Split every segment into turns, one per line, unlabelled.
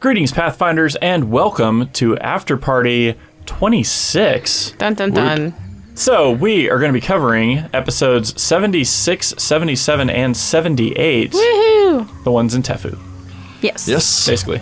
Greetings, Pathfinders, and welcome to After Party 26.
Dun dun dun.
So, we are going to be covering episodes 76, 77, and 78,
Woohoo!
the ones in Tefu,
Yes.
Yes.
basically.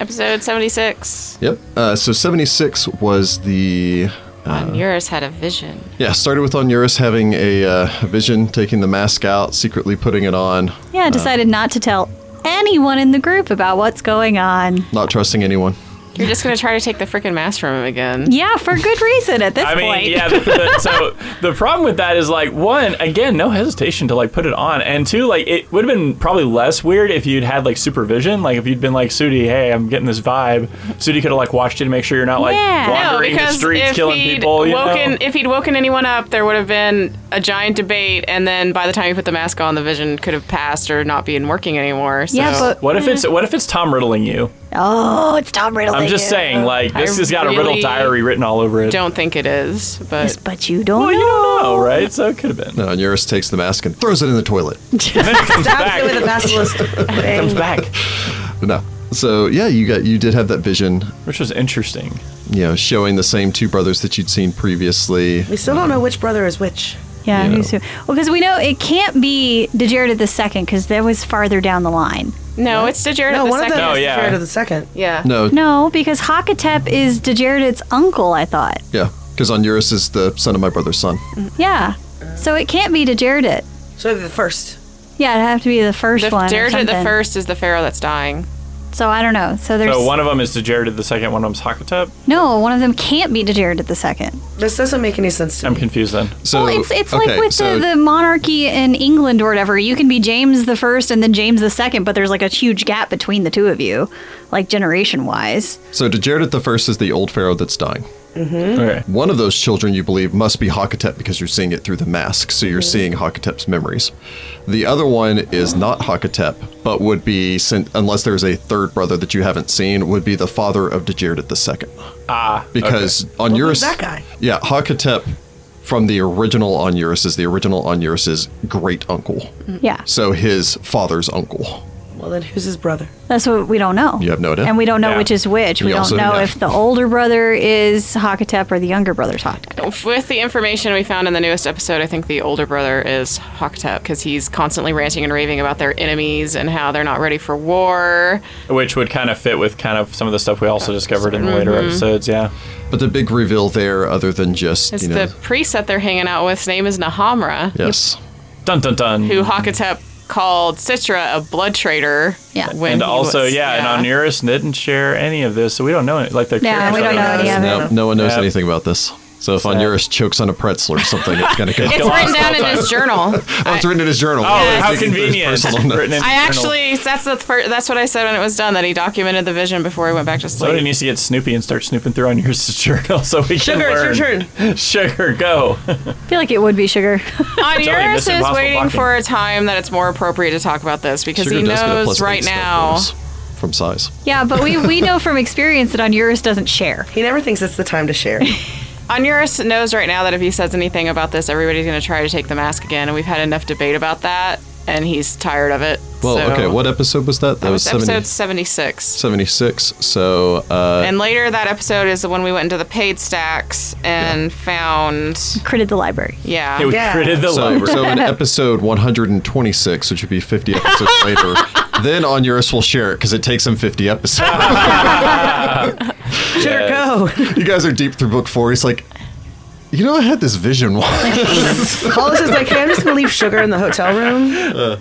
Episode 76.
Yep. Uh, so 76 was the.
On yours had a vision.
Yeah, started with Onuris having a uh, vision, taking the mask out, secretly putting it on,
Yeah, decided not to tell anyone in the group about what's going on.
not trusting anyone.
You're just gonna try to take the freaking mask from him again.
Yeah, for good reason at this
I mean,
point.
yeah. The, the, so the problem with that is like one, again, no hesitation to like put it on, and two, like it would have been probably less weird if you'd had like supervision, like if you'd been like Sudi, hey, I'm getting this vibe. Sudi could have like watched you to make sure you're not like
Yeah. No,
wandering the streets killing people. You
woken
know?
if he'd woken anyone up, there would have been a giant debate, and then by the time he put the mask on, the vision could have passed or not been working anymore. So.
Yeah, but
What if it's what if it's Tom riddling you?
oh, it's Tom Riddle.
I'm just saying,
uh,
like this
I
has got a riddle
really
diary written all over it.
don't think it is, but
But you don't.
Well, you
know.
don't know, right? So it could have been.
No, Onuris takes the mask and throws it in the toilet.
And then it comes
That was with the
back.
basilisk
It comes
thing.
back,
no. So yeah, you got you did have that vision,
which was interesting.
you know, showing the same two brothers that you'd seen previously.
We still don't know which brother is which.
Yeah,
Yeah.
who's who? Well, because we know it can't be DeGerda the second because that was farther down the line.
no, it's to Jared
No,
the
one of
second.
them
No,
is
Oh, yeah.
the Jared of the second.
yeah.
No,
No, because Hakatep is DeGerda's uncle. I thought.
yeah, because Onuris is the son of my brother's son.
Yeah, so it can't be DeGerda.
So the first.
Yeah, it'd have to be the first
The,
one. or
Jared the
something.
first is the pharaoh that's dying.
So I don't know. So there's
So one of them is Dejared, the second one of them's Hakatep.
no one of them can't be DeGerda the second.
This doesn't make any sense to
I'm
me.
confused then.
So
well, it's it's
okay,
like with
so-
the, the monarchy in England or whatever. You can be James the first and then James the second, but there's like a huge gap between the two of you, like generation wise.
So Degerdit the First is the old pharaoh that's dying.
Okay.
One of those children, you believe, must be Hakatep because you're seeing it through the mask, so
Mm-hmm.
you're seeing Hakatep's memories. The other one is not Hakatep, but would be, sent, unless there's a third brother that you haven't seen, would be the father of Degerdit the Second.
Ah,
Because on
Well,
Eurus,
who's that guy?
yeah, Hakatep from the original on Eurus is the original on Eurus's great uncle,
Mm.
Yeah,
so his father's uncle.
Well, then who's his brother?
that's what we don't know.
You have no idea.
and we don't know
Yeah.
which is which. We
You
don't
also-
know
yeah.
if the older brother is Hakatep or the younger brother's Hakatep.
With the information we found in the newest episode, I think the older brother is Hoktep because he's constantly ranting and raving about their enemies and how they're not ready for war.
which would kind of fit with kind of some of the stuff we also discovered in the later episodes. Yeah,
But the big reveal there, other than just,
It's
you
the
know,
priest that they're hanging out with. His name is Nahamra,
yes.
dun dun dun.
who Hoktep called Citra a blood traitor.
Yeah.
when
and
he
also,
was-
yeah, and Onuris didn't share any of this, so we don't know it. Like the
Yeah, we
characters
don't know
are-
any of
No, no one knows
Yep.
anything about this. So if Onuris chokes on a pretzel or something, it's going to go.
It's written down in his journal.
Oh, it's written in his journal.
Oh,
Yeah.
how
It's
convenient!
personal notes.
Written in
I
journal.
actually that's the fir- that's what I said when it was done that he documented the vision before he went back to
Somebody
sleep.
needs to get Snoopy and start snooping through Onuris' journal so we can
Sugar,
learn.
it's your turn.
Sugar, go.
I feel like it would be sugar.
On
already
Eurus
Mission
is
Impossible
waiting
blocking.
for a time that it's more appropriate to talk about this because
Sugar
he
does get a plus
knows
eight
right
stealth
now.
bonus From size.
yeah, but we we know from experience that Onuris doesn't share.
He never thinks it's the time to share.
Onuris knows right now that if he says anything about this, everybody's going to try to take the mask again, and we've had enough debate about that, and he's tired of it.
Well,
so-
okay. What episode was that? That,
That
was
was
70,
episode 76.
76. So, uh,
and later that episode is the one we went into the paid stacks and found,
Critted the library.
yeah.
It would
Yeah.
critted
Oh,
the
so,
library.
so in episode 126, which would be 50 episodes later, then Onuris will share it because it takes him 50 episodes.
Sugar, go.
you guys are deep through book four. He's like, you know, I had this vision once.
Hollis is like, hey, I'm just going to leave Sugar in the hotel room.
Uh.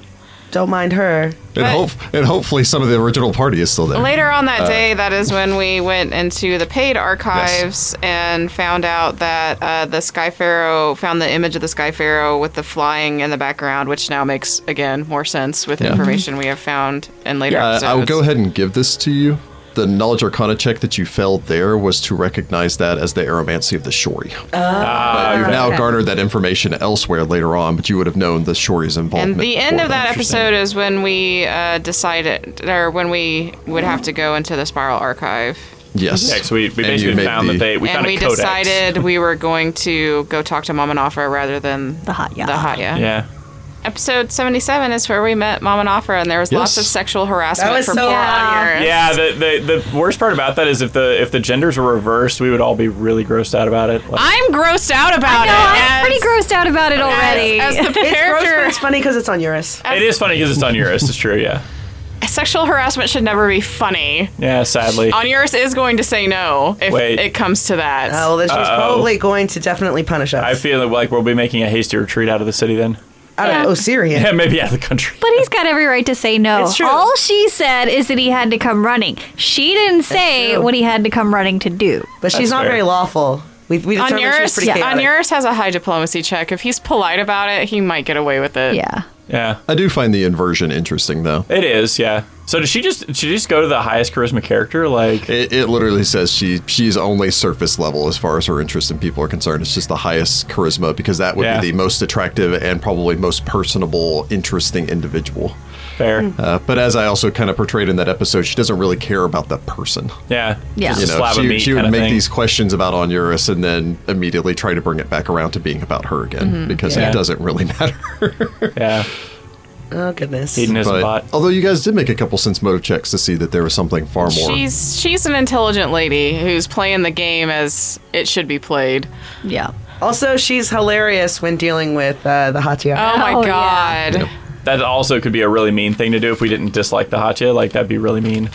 Don't mind her.
and, hope, and hopefully some of the original party is still there.
Later on
Uh,
that day, that is when we went into the paid archives and found out that uh, the Sky Pharaoh found the image of the Sky Pharaoh with the flying in the background, which now makes again more sense with the
Yeah.
information we have found in later
Uh,
episodes.
I will go ahead and give this to you. The knowledge arcana check that you failed there was to recognize that as the aromancy of the Shori. but you've now garnered that information elsewhere later on, but you would have known the Shori's involvement.
And the end
before
of that
Interesting.
episode is when we uh, decided, or when we would have to go into the Spiral Archive. Mhm.
Yes.
Okay, so we, we
And you
basically
made
found
the-
that they we
and
found
we
a codex.
decided we were going to go talk to Mom and Offer rather than
The hot
The
Yah.
hot yeah.
Yeah.
Episode 77 is where we met Mom and Offra, and there was lots of
Yes.
sexual harassment
was
from
so
poor
Yeah.
audience.
Yeah, the, the the worst part about that is if the if the genders were reversed, we would all be really grossed out about it. Like,
I'm grossed out about
No,
it.
I'm
as-
pretty grossed out about it already.
As, as the
It's gross, but
character,
it's funny because it's on Eurus.
it is funny because it's on Eurus. It's true, yeah.
sexual harassment should never be funny.
Yeah, sadly.
Onuris is going to say no if
Wait.
it comes to that.
Oh, well, then she's probably going to definitely punish us.
I feel like we'll be making a hasty retreat out of the city then.
out of Osirian.
Yeah, maybe out of the country.
But he's got every right to say no.
It's true.
All she said is that he had to come running. She didn't say
true.
what he had to come running to do.
But she's
That's
not
fair.
very lawful. We, we determined she was
Onuris,
pretty chaotic.
Onuris has a high diplomacy check. If he's polite about it, he might get away with it.
Yeah.
Yeah.
I do find the inversion interesting, though.
It is, yeah. So did she just did she just go to the highest charisma character? Like
It, it literally says she she's only surface level as far as her interest in people are concerned. It's just the highest charisma because that would
Yeah.
be the most attractive and probably most personable, interesting individual.
fair.
Uh, but as I also kind of portrayed in that episode, she doesn't really care about the person.
Yeah.
Yeah.
Just
You
a
know,
slab
she,
of meat
she would
kinda
make
thing.
these questions about Onuris and then immediately try to bring it back around to being about her again
Mm-hmm.
because
Yeah.
it doesn't really matter.
Yeah.
Oh goodness.
Hedonism bot.
but, although you guys did make a couple sense motive checks to see that there was something far more.
She's she's an intelligent lady who's playing the game as it should be played.
Yeah.
Also, she's hilarious when dealing with uh, the Hatia.
Oh my
Oh, yeah.
god.
That also could be a really mean thing to do if we didn't dislike the Hatya. Like that'd be really mean.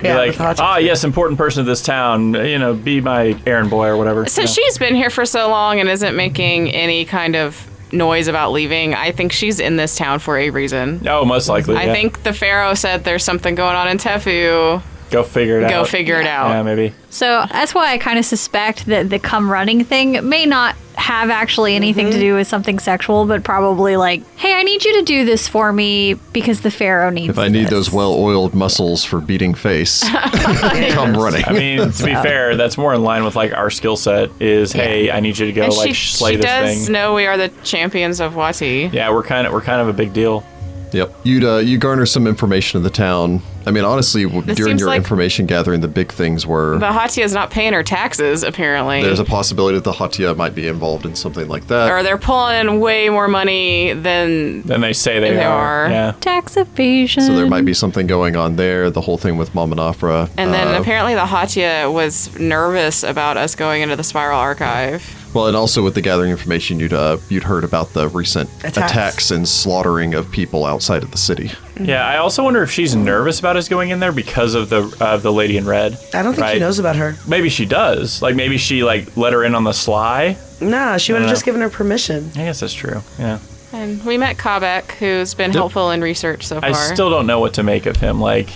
Be
Yeah,
like,
the Hatya.
ah, yes, important person of this town. You know, be my errand boy or whatever.
Since
Yeah.
she's been here for so long and isn't making any kind of noise about leaving, I think she's in this town for a reason.
Oh, most likely.
I
yeah.
think the Pharaoh said there's something going on in Tefu.
Go figure it out.
Go figure it out.
Yeah, maybe.
So that's why I kind of suspect that the come running thing may not have actually anything
Mm-hmm.
to do with something sexual, but probably like, hey, I need you to do this for me because the pharaoh needs.
If I need
this."
those well-oiled muscles for beating face, come running.
I mean, to be fair, that's more in line with like our skill set. Is hey, I need you to go
And
like
she,
slay
she
this
does
thing.
know we are the champions of Wati.
Yeah, we're kind of we're kind of a big deal.
yep. You'd uh, you garner some information in the town. I mean, honestly, w-
This
during
seems
your
like-
information gathering, the big things were
But Hatia is not paying her taxes, apparently.
there's a possibility that the Hatia might be involved in something like that.
or they're pulling in way more money than
Then they say they,
They
are.
are.
Yeah.
tax evasion.
so there might
Mm-hmm.
be something going on there. The whole thing with Mom and Afra.
and then
uh,
apparently the Hatia was nervous about us going into the spiral archive.
well, and also with the gathering information, you'd uh, you'd heard about the recent
Attacks.
attacks and slaughtering of people outside of the city.
Mm-hmm.
Yeah, I also wonder if she's nervous about us going in there because of the of the lady in red.
I don't think she
right?
knows about her.
Maybe she does. Like maybe she like let her in on the sly.
Nah, she would have
know.
just given her permission.
I guess that's true. Yeah.
And we met Kabek, who's been helpful in research so far.
I still don't know what to make of him. Like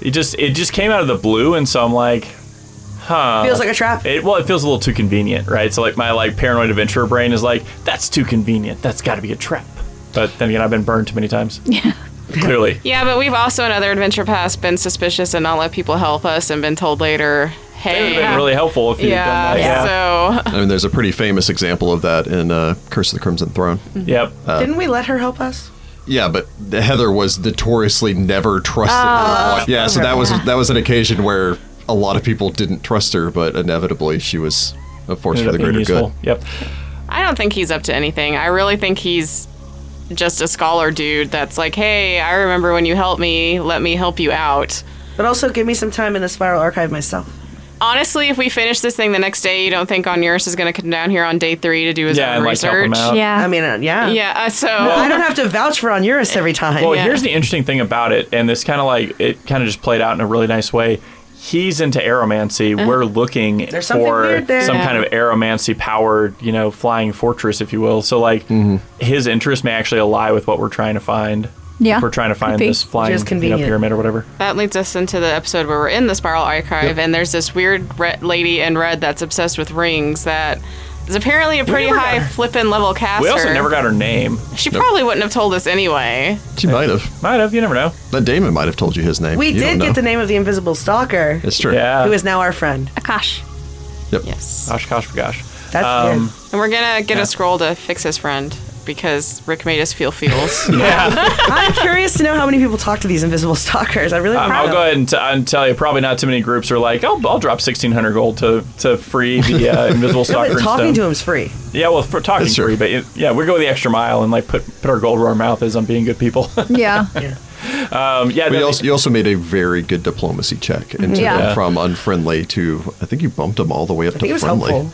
it just it just came out of the blue and so I'm like
Feels like a trap.
it well it feels a little too convenient, right? So like my like paranoid adventurer brain is like that's too convenient. That's got to be a trap. But then again, I've been burned too many times. Yeah. Clearly.
Yeah, but we've also in other adventure paths been suspicious and not let people help us and been told later, hey,
It would have been really helpful if you'd
yeah,
done that. Yeah.
So
I mean, there's a pretty famous example of that in uh, Curse of the Crimson Throne.
Mm-hmm.
Yep.
Didn't we let her help us?
Yeah, but Heather was notoriously never trusted. in
Ah,
life. yeah, so that was that was an occasion where a lot of people didn't trust her, but inevitably she was a force
Ended
for
up
the
being
greater
useful.
good.
Yep.
I don't think he's up to anything. I really think he's just a scholar dude that's like, hey, I remember when you helped me, let me help you out.
But also give me some time in the spiral archive myself.
Honestly, if we finish this thing the next day, you don't think Onuris is going to come down here on day three to do his
Yeah,
own
and like help
research?
him out.
yeah.
I mean, uh, yeah.
Yeah, uh, so
I don't have to vouch for Onuris every time.
Well,
Yeah.
here's the interesting thing about it, and this kind of like it kind of just played out in a really nice way. He's into aeromancy. We're looking
There's something
for
weird there.
some
Yeah.
kind of aeromancy powered, you know, flying fortress, if you will. So like his interest may actually ally with what we're trying to find.
Yeah,
If we're trying to find
be.
this flying
Just
you know,
convenient.
pyramid or whatever.
that leads us into the episode where we're in the spiral archive,
Yep.
and there's this weird re- lady in red that's obsessed with rings that is apparently a pretty
never got
high
her-
flippin' level caster.
We also never got her name.
She probably wouldn't have told us anyway.
She might have.
Might have. You never know.
That Damon might have told you his name.
we
You don't
did
know.
get the name of the invisible stalker,
It's true.
Yeah.
who is now our friend.
Ah, Akash.
Yes.
Oshkosh, gosh.
That's
Um,
it.
And we're gonna get a scroll to fix his friend. because Rick made us feel feels.
Yeah,
I'm curious to know how many people talk to these invisible stalkers. I really want to
Um, I'll
know.
go ahead and, t- and tell you. Probably not too many groups are like, "I'll, I'll drop sixteen hundred gold to to free the uh, invisible
Yeah, but
stalker." and
talking
stuff.
to him's free.
yeah, well, for talking
That's true.
free, but it- yeah, we go the extra mile and like put put our gold where our mouth is on being good people.
Yeah.
um, yeah, that-
But you also, you also made a very good diplomacy check into
Yeah.
them
Yeah.
from unfriendly to I think you bumped them all the way up
He
to
was
friendly.
helpful.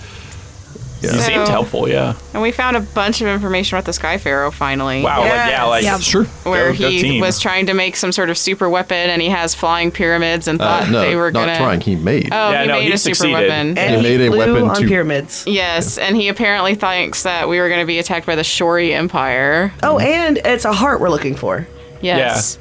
he seemed
So-
helpful. Yeah.
and we found a bunch of information about the Sky Pharaoh finally.
Wow. Like, yeah.
Yes.
Like
Yep.
Sure.
Where
Go- go
he
team.
was trying to make some sort of super weapon and he has flying pyramids and
Uh,
thought
no,
they were
not
gonna
trying. He made.
Oh,
Yeah,
he
no,
made
he
a
succeeded.
super weapon.
And
He
he
made a
flew
weapon
on
to-
pyramids.
Yes, and he apparently thinks that we were going to be attacked by the Shori Empire.
Oh, and it's a heart we're looking for.
Yes.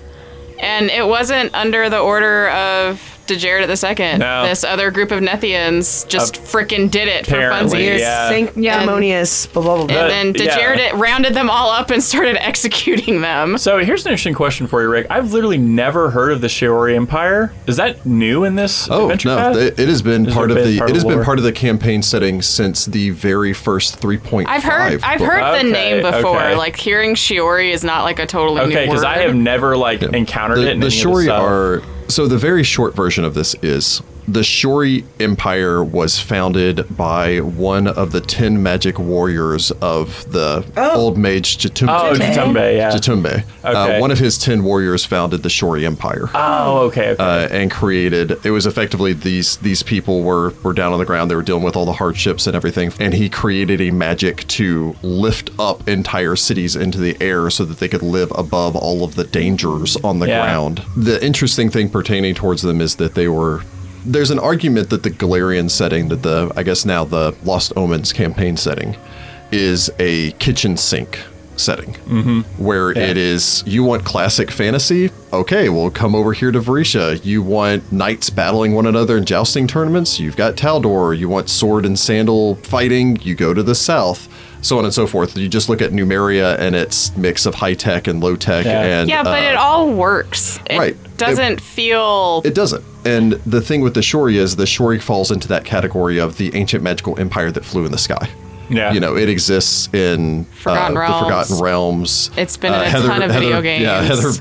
And it wasn't under the order of DeGered the second.
No.
This other group of Nethians just
Ap-
frickin' did it for
Apparently,
funsies.
Yeah.
Sanctimonious, blah, blah, blah, blah.
Uh,
And then
yeah.
DeGered rounded them all up and started executing them.
So here's an interesting question for you, Rick. I've literally never heard of the Shiori Empire. Is that new in this
Oh
adventure
no!
path?
It, it has been
Has
part
it
of
been
the
part
it
of
has
the
been
lore?
part of the campaign setting since the very first three point
I've heard I've heard the
Okay,
name before.
okay.
Like hearing Shiori is not like a totally new
okay, because I
word.
have never like encountered
the,
it. In
the
any of
Shuri
stuff.
are so the very short version of this is the Shuri Empire was founded by one of the ten magic warriors of the old mage Jatumbe.
Oh, Jatumbe, yeah.
Jatumbe.
Okay.
Uh, one of his ten warriors founded the Shuri Empire.
Oh, okay. okay.
uh, and created. It was effectively these these people were were down on the ground. They were dealing with all the hardships and everything. And he created a magic to lift up entire cities into the air so that they could live above all of the dangers on the
Yeah.
ground. The interesting thing pertaining towards them is that they were. There's an argument that the Galarian setting, that the I guess now the Lost Omens campaign setting, is a kitchen sink setting where it is you want classic fantasy okay well come over here to Varisha you want knights battling one another in jousting tournaments you've got Taldor you want sword and sandal fighting you go to the south so on and so forth you just look at Numeria and its mix of high tech and low tech
Yeah.
and
Yeah, but
uh,
it all works. It
right.
doesn't feel
it doesn't. And the thing with the Shori is the Shori falls into that category of the ancient magical empire that flew in the sky.
Yeah.
You know, it exists in
Forgotten
uh,
Realms.
the Forgotten Realms.
It's been in a ton of video games.
Yeah, Heather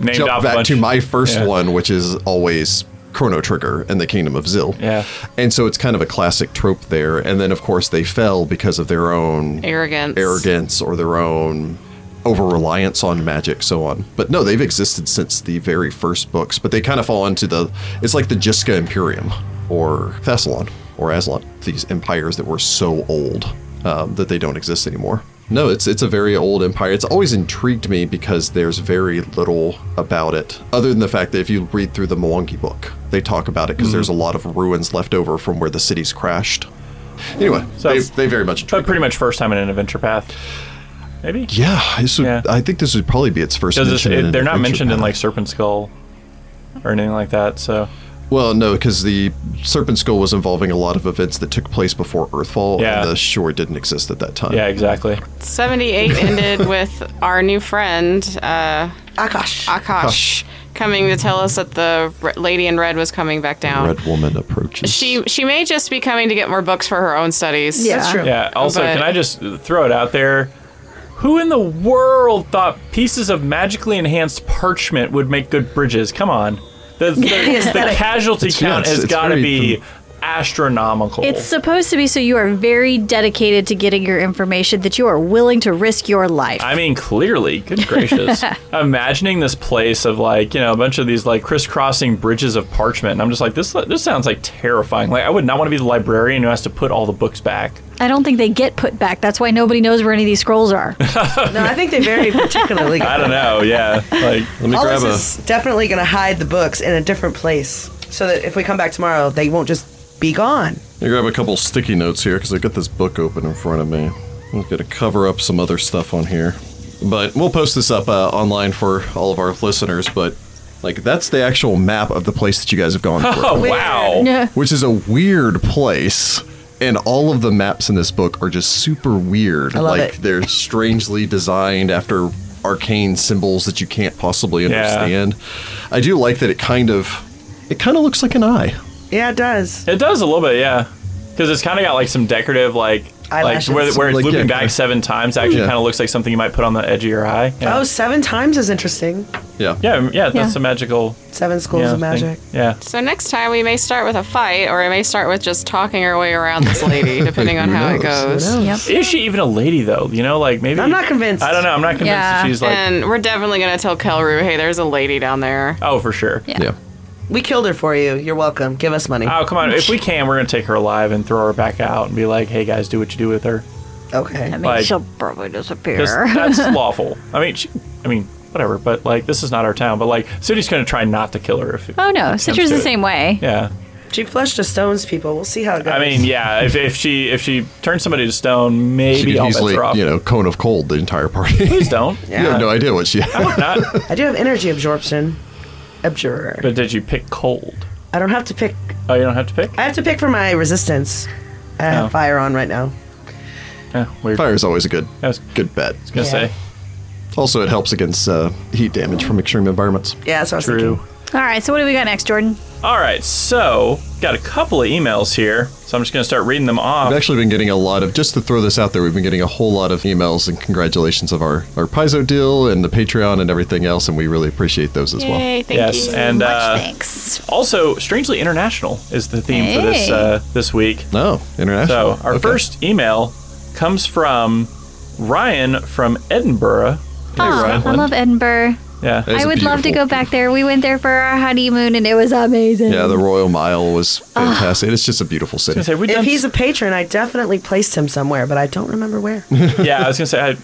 Named off
jumped
a
back
bunch.
to my first
Yeah.
one, which is always Chrono Trigger and the Kingdom of Zil.
Yeah.
And so it's kind of a classic trope there. And then, of course, they fell because of their own
arrogance.
arrogance or their own over reliance on magic, so on. But no, they've existed since the very first books, but they kind of fall into the it's like the Jiska Imperium or Thessalon or Aslan, these empires that were so old um, that they don't exist anymore. No, it's it's a very old empire. It's always intrigued me because there's very little about it, other than the fact that if you read through the Mwangi book, they talk about it because there's a lot of ruins left over from where the cities crashed. Anyway,
So-
they, they very much
But pretty much first time in an adventure path. Maybe.
yeah, this would,
Yeah.
I think this would probably be its first.
Does this,
mention in
it,
an
they're not
adventure
mentioned in
path.
like Serpent Skull or anything like that. So
Well, no, because the Serpent Skull was involving a lot of events that took place before Earthfall,
Yeah.
and the shore didn't exist at that time.
yeah, exactly.
78 ended with our new friend, uh,
Akash.
Akash, coming to tell us that the re- lady in red was coming back down.
Red Woman approaches.
She she may just be coming to get more books for her own studies.
Yeah. That's true.
Yeah. Also,
But-
can I just throw it out there? Who in the world thought pieces of magically enhanced parchment would make good bridges? Come on. The, the, the casualty
It's- yeah,
count
it's-
has
it's
got to
very-
be astronomical.
It's supposed to be so you are very dedicated to getting your information that you are willing to risk your life.
I mean, clearly, good gracious. Imagining this place of like, you know, a bunch of these like crisscrossing bridges of parchment, and I'm just like, this this sounds like terrifying. Like, I would not want to be the librarian who has to put all the books back.
I don't think they get put back. That's why nobody knows where any of these scrolls are.
No, I think they very particularly.
I don't know. Yeah, like,
Let me
All
grab
this
a.
is definitely going to hide the books in a different place so that if we come back tomorrow, they won't just be gone.
let me grab a couple sticky notes here because I got this book open in front of me. I'm going to cover up some other stuff on here, but we'll post this up uh, online for all of our listeners. But like, that's the actual map of the place that you guys have gone through.
oh wow.
Yeah.
which is a weird place. And all of the maps in this book are just super weird.
I love
like
it.
they're strangely designed after arcane symbols that you can't possibly understand. I do like that it kind of it kind of looks like an eye.
Yeah, it does.
It does a little bit, yeah. Because it's kind of got like some decorative, like Like
Eyelashes.
where, where it's
Like,
looping
yeah,
back
kinda.
seven times actually
Yeah.
kind of looks like something you might put on the edge of your eye. Yeah.
oh, seven times is interesting.
Yeah.
yeah, yeah, that's
Yeah.
a magical
Seven schools
yeah,
of magic.
thing. Yeah.
So next time we may start with a fight, or I may start with just talking our way around this lady, depending on
Who
how it
knows? Who
goes.
Yep.
Is she even a lady though? You know, like maybe
I'm not convinced.
I don't know. I'm not convinced that
Yeah.
she's like.
and we're definitely gonna tell Kelru, hey, there's a lady down there.
oh, for sure.
Yeah.
We killed her for you. You're welcome. Give us money.
Oh, come on. If we can, we're gonna take her alive and throw her back out and be like, "Hey guys, do what you do with her."
okay.
I mean,
Like-
she'll probably disappear.
'Cause that's lawful. I mean, she, I mean, whatever. But like, this is not our town. But like, Sudi's gonna try not to kill her if.
oh no,
comes
Citra's
to
the
it.
same way.
Yeah.
She flushed the stones, people. We'll see how it goes.
I mean, yeah. If, if she if she turns somebody to stone,
She
maybe
could
I'll bet
easily,
her off.
you know, cone of cold the entire party.
Please don't.
Yeah.
you have no idea what she had.
Not.
I do have energy absorption. Abjurer.
But did you pick cold?
I don't have to pick.
Oh, you don't have to pick.
I have to pick for my resistance. I
Oh.
have fire on right now.
Yeah, weird. I
Fire is always a good,
Yes.
good bet.
was gonna
Yeah.
say
Also, it helps against uh, heat damage from extreme environments.
Yeah, that's what I was
true.
thinking.
All right, so what do we got next, Jordan?
All right, so got a couple of emails here, so I'm just gonna start reading them off.
We've actually been getting a lot of, just to throw this out there, we've been getting a whole lot of emails and congratulations of our, our Paizo deal and the Patreon and everything else, and we really appreciate those as well.
Yay, thank
yes,
you.
and uh,
Thanks.
also strangely international is the theme for this
Hey.
uh, this week.
No, Oh, international.
So our
Okay.
first email comes from Ryan from Edinburgh.
Aw, I
Ryan.
love Edinburgh.
Yeah.
It's
I
a
would love to
beautiful-
go back there. We went there for our honeymoon and it was amazing.
Yeah, the Royal Mile was fantastic. it's just a beautiful city.
Say, we
If
done
he's a patron, I definitely placed him somewhere, but I don't remember where.
yeah, I was gonna say I,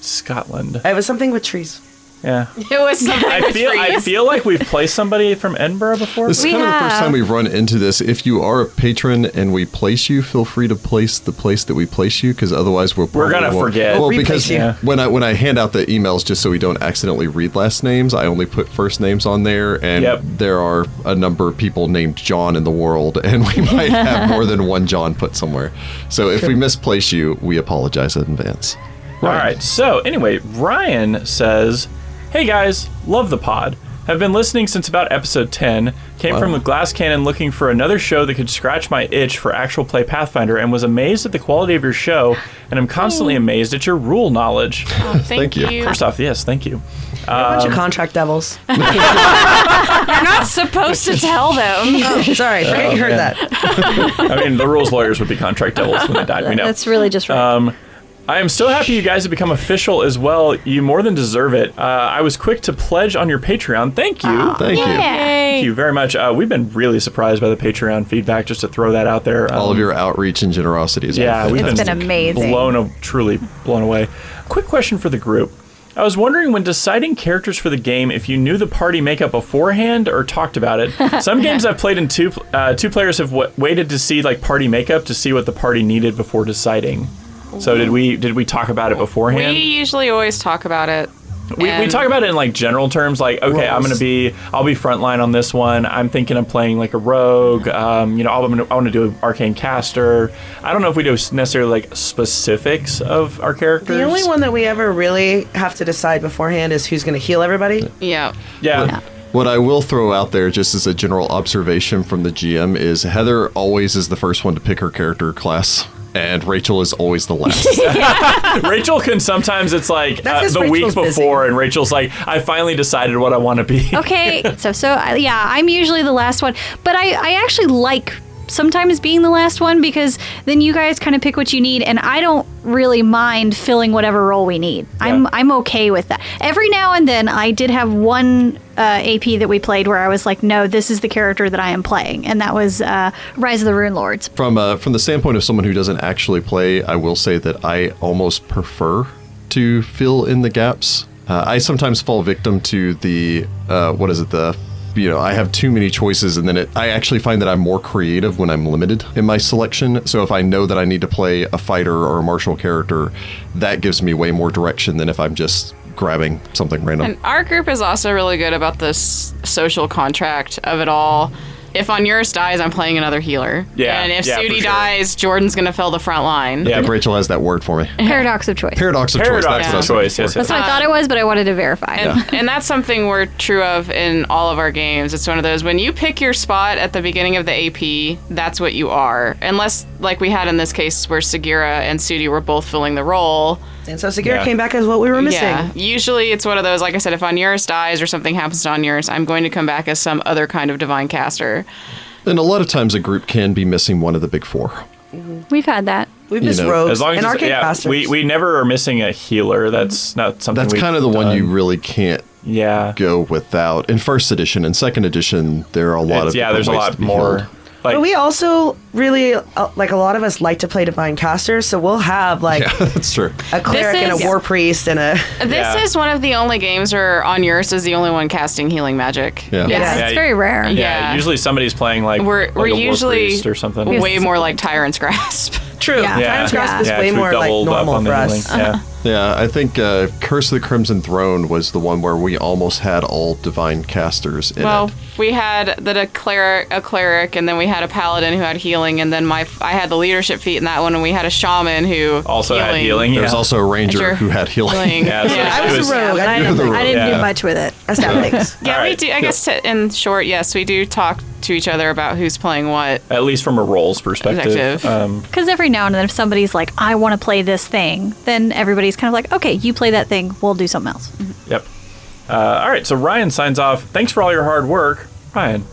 Scotland.
I was something with trees.
Yeah,
it was something
I feel I feel like we've placed somebody from Edinburgh before.
This is
We
kind of the first
have-
time we've run into this. If you are a patron and we place you, feel free to place the place that we place you, because otherwise we'll
We're gonna
probably won't-
forget.
Well,
Replace
because
you. Yeah.
when I when I hand out the emails, just so we don't accidentally read last names, I only put first names on there, and
Yep.
there are a number of people named John in the world, and we might have more than one John put somewhere. So if we misplace you, we apologize in advance.
All right. So, anyway, Ryan says, Hey guys, love the pod. Have been listening since about episode 10. Came from the glass cannon looking for another show that could scratch my itch for actual play Pathfinder and was amazed at the quality of your show, and I'm constantly amazed at your rule knowledge.
thank,
you.
you.
First off, yes, thank you.
a bunch
Um,
of contract devils.
Oh,
You're not supposed to tell them.
oh, sorry. I forgot you heard that.
I mean, the rules lawyers would be contract devils when they died. We know.
That's really just right.
I am so happy you guys have become official as well. You more than deserve it. Uh, I was quick to pledge on your Patreon. Thank you.
Oh,
Thank you.
yeah.
Thank you very much. Uh, we've been really surprised by the Patreon feedback. Just to throw that out there,
All
Um,
of your outreach and generosity is
yeah, we've
It's
been,
been amazing.
blown, a- truly blown away. Quick question for the group: I was wondering when deciding characters for the game, if you knew the party makeup beforehand or talked about it. Some games I've played in two pl- uh, two players have w- waited to see like party makeup to see what the party needed before deciding. So did we did we talk about it
We
beforehand?
usually always talk about it.
we, we
And-
talk about it in like general terms like okay i'm gonna
Roles.
be i'll be frontline on this one i'm thinking i'm playing like a rogue um, you know i'm gonna, i want to do an arcane caster i don't know if we do s- necessarily like specifics of our characters
The only one that we ever really have to decide beforehand is who's going to heal everybody.
Yeah.
yeah,
What I will throw out there, just as a general observation from the GM, is Heather always is the first one to pick her character class, and Rachel is always the last.
rachel can sometimes it's like
That's
uh,
'cause
the week
Rachel's busy.
before and rachel's like i finally decided what i want to be
Okay, so so I- yeah, I'm usually the last one, but I I actually like sometimes being the last one because then you guys kind of pick what you need, and I don't really mind filling whatever role we need. I'm
Yeah.
I'm okay with that. Every now and then, I did have one. Uh, AP that we played where I was like, no, this is the character that I am playing, and that was uh, Rise of the Rune Lords.
from uh, from the standpoint of someone who doesn't actually play, I will say that I almost prefer to fill in the gaps. Uh, I sometimes fall victim to the uh, what is it the you know I have too many choices, and then it, I actually find that I'm more creative when I'm limited in my selection. So if I know that I need to play a fighter or a martial character, that gives me way more direction than if I'm just grabbing something random.
And our group is also really good about this social contract of it all. if Onuris dies, I'm playing another healer.
Yeah,
And if
yeah, for
Sudi
sure.
dies, Jordan's gonna fill the front line.
Yeah.
I think Rachel has that word for me.
Paradox of choice.
Paradox of choice.
Paradox
That's
of
what I
choice. Yes,
That's
yes.
what I thought it was, but I wanted to verify.
And, and that's something we're true of in all of our games. It's one of those when you pick your spot at the beginning of the AP, that's what you are. Unless, like we had in this case, where Sagira and Sudi were both filling the role.
And so Sagira
Yeah.
came back as what we were missing.
Yeah. Usually it's one of those, like I said, if Onuris dies or something happens to Onuris, I'm going to come back as some other kind of divine caster.
And a lot of times a group can be missing one of the big four.
We've had that.
We've
You
missed
know,
rogues
As long as
and
it's-
arcade
yeah,
bastards.
we we never are missing a healer. That's not something.
That's
we've
kind of the one
done.
you really can't
Yeah.
go without. In first edition and second edition, there are a lot
It's-
of
yeah.
different
There's a
ways to
lot
be
more.
healed.
Like
but we also really uh, like a lot of us like to play divine casters, so we'll have like
Yeah, that's true.
a cleric and
is-
a war priest and a
This
Yeah.
is one of the only games where Onuris is the only one casting healing magic.
Yeah.
Yeah,
It's
Yeah,
it's
you-
very rare.
yeah,
yeah.
Usually somebody's playing like
We're-
like
we're
a war
usually-
priest or something.
Way more like Tyrant's Grasp.
true.
Yeah.
Yeah.
Time's grasp is
yeah,
way
it's- we've
more like
doubled up on
normal
the
for us. Uh, Uh-huh.
healing. Yeah.
Yeah, I think uh, Curse of the Crimson Throne was the one where we almost had all divine casters in
Well,
it.
we had that a cleric, a cleric, and then we had a paladin who had healing, and then my I had the leadership feat in that one, and we had a shaman who
Also had healing.
There was
yeah.
also a ranger
Sure.
who had healing.
Healing.
Yeah, so
Yeah.
it
I was, a rogue. and I
You
were the
didn't, I didn't
rogue.
do much with it.
I stab things.
Yeah,
All
we
right.
do. I guess to, in short, yes, we do talk to each other about who's playing what.
At least from a roles perspective.
Perspective.
Um,
Because every now and then, if somebody's like, I want to play this thing, then everybody's kind of like, okay, you play that thing, we'll do something else.
yep. Uh, all right. So Ryan signs off. Thanks for all your hard work, Ryan.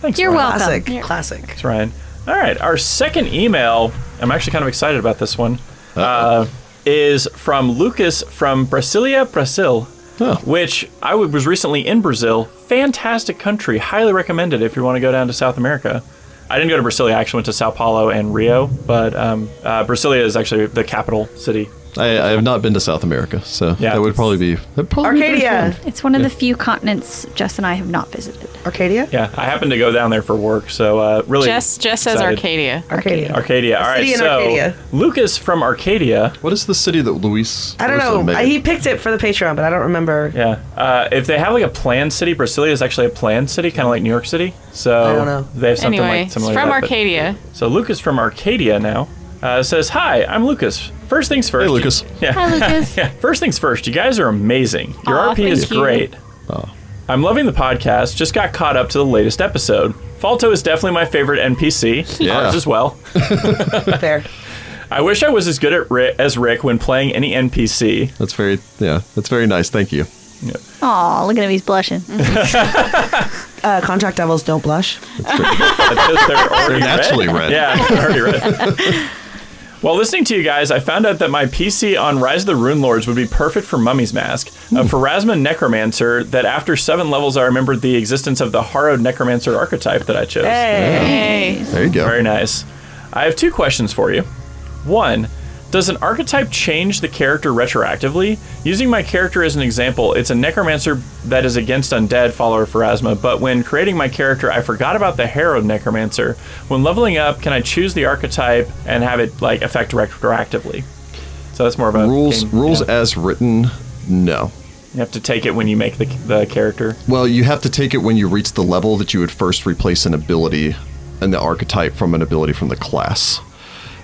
Thanks.
You're
Ryan.
welcome.
Classic. Classic.
Thanks, Ryan. All right, our second email. I'm actually kind of excited about this one. Uh, is from Lucas from Brasilia, Brazil,
Huh.
which I w- was recently in Brazil. Fantastic country. Highly recommended if you want to go down to South America. I didn't go to Brasilia. I actually went to Sao Paulo and Rio, but um, uh, Brasilia is actually the capital city.
I, I have not been to South America, so
Yeah.
that would probably be that'd probably be pretty
Arcadia.
fun.
It's one of the few continents Jess and I have not visited.
Arcadia?
Yeah, I happened to go down there for work, so uh, really.
Jess, Jess says
excited.
Arcadia.
Arcadia.
Arcadia. All right,
City in
so
Arcadia.
Lucas from Arcadia
What is the city that Luis?
I don't
lives in,
know.
Megan?
He picked it for the Patreon, but I don't remember.
Yeah. Uh, if they have like a planned city, Brasilia is actually a planned city, kind of like New York City. So
I don't know.
They have something
Anyway,
like
it's
similar.
from
to that, but-
Arcadia.
So Lucas from Arcadia now uh, says, "Hi, I'm Lucas. First things first.
Hey, Lucas.
Yeah.
Hi, Lucas.
First things first. You guys are amazing. Your
Aw,
RP is
thank you.
great.
Oh.
I'm loving the podcast. Just got caught up to the latest episode. Falto is definitely my favorite NPC.
Yeah.
Ours as well.
Fair.
I wish I was as good at Rick, as Rick when playing any NPC.
That's very yeah. That's very nice. Thank you.
Aw, look at him, he's blushing.
Uh, contract devils don't blush.
That's very good.
They're already
They're naturally
red.
red.
Yeah, I already read. While listening to you guys, I found out that my PC on Rise of the Rune Lords would be perfect for Mummy's Mask, a Pharasma Necromancer that after seven levels I remembered the existence of the Harrowed Necromancer archetype that I chose.
Hey.
Hey.
There you go.
Very nice. I have two questions for you. One, does an archetype change the character retroactively? Using my character as an example, it's a necromancer that is against undead, follower of Pharasma, but when creating my character, I forgot about the Harrowed Necromancer. When leveling up, can I choose the archetype and have it like affect retroactively? So that's more of a
Rules
game-
rules e-
yeah.
as written. No.
You have to take it when you make the, the character.
Well, you have to take it when you reach the level that you would first replace an ability and the archetype from an ability from the class.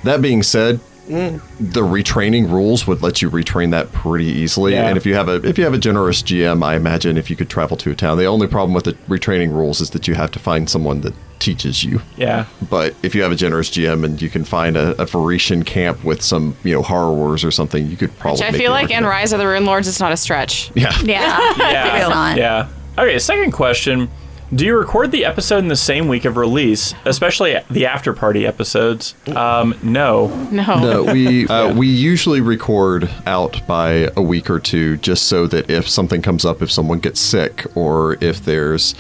That being said, the retraining rules would let you retrain that pretty easily.
Yeah.
And if you have a if you have a generous GM, I imagine if you could travel to a town. The only problem with the retraining rules is that you have to find someone that teaches you.
Yeah.
But if you have a generous GM and you can find a, a Varician camp with some, you know, horrors or something, you could probably.
Which I
make
feel
it
like in
work.
Rise of the Rune Lords, it's not a stretch.
Yeah.
Yeah.
Yeah.
It's not.
Yeah. Okay, second question. Do you record the episode in the same week of release, especially the after party episodes? Um, no.
No.
No, we uh, we usually record out by a week or two, just so that if something comes up, if someone gets sick, or if there's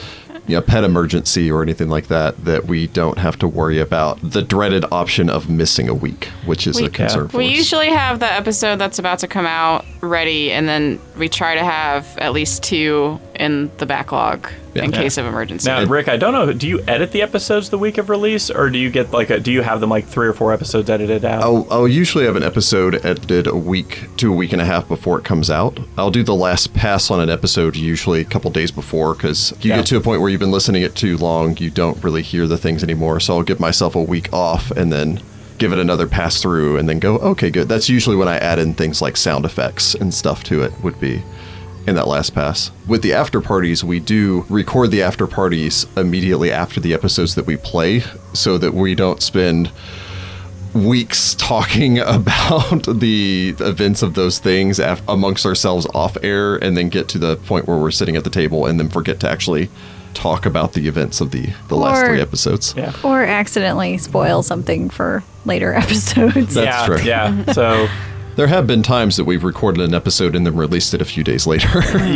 you know, a pet emergency or anything like that, that we don't have to worry about the dreaded option of missing a week, which is a concern for
We
us.
usually have the episode that's about to come out ready, and then we try to have at least two in the backlog in
Yeah.
case of emergency.
Now, Rick, I don't know. Do you edit the episodes the week of release, or do you get like a, do you have them like three or four episodes edited out?
I'll, I'll usually have an episode edited a week to a week and a half before it comes out. I'll do the last pass on an episode usually a couple days before because you
Yeah.
get to a point where you've been listening it too long, you don't really hear the things anymore. So I'll give myself a week off and then give it another pass through and then go, okay, good. That's usually when I add in things like sound effects and stuff to it, would be in that last pass. With the after parties, we do record the after parties immediately after the episodes that we play so that we don't spend weeks talking about the events of those things af- amongst ourselves off air and then get to the point where we're sitting at the table and then forget to actually talk about the events of the, the last
Or-
three episodes.
Yeah.
Or accidentally spoil something for later episodes.
That's
yeah,
true.
yeah. So,
There have been times that we've recorded an episode and then released it a few days later.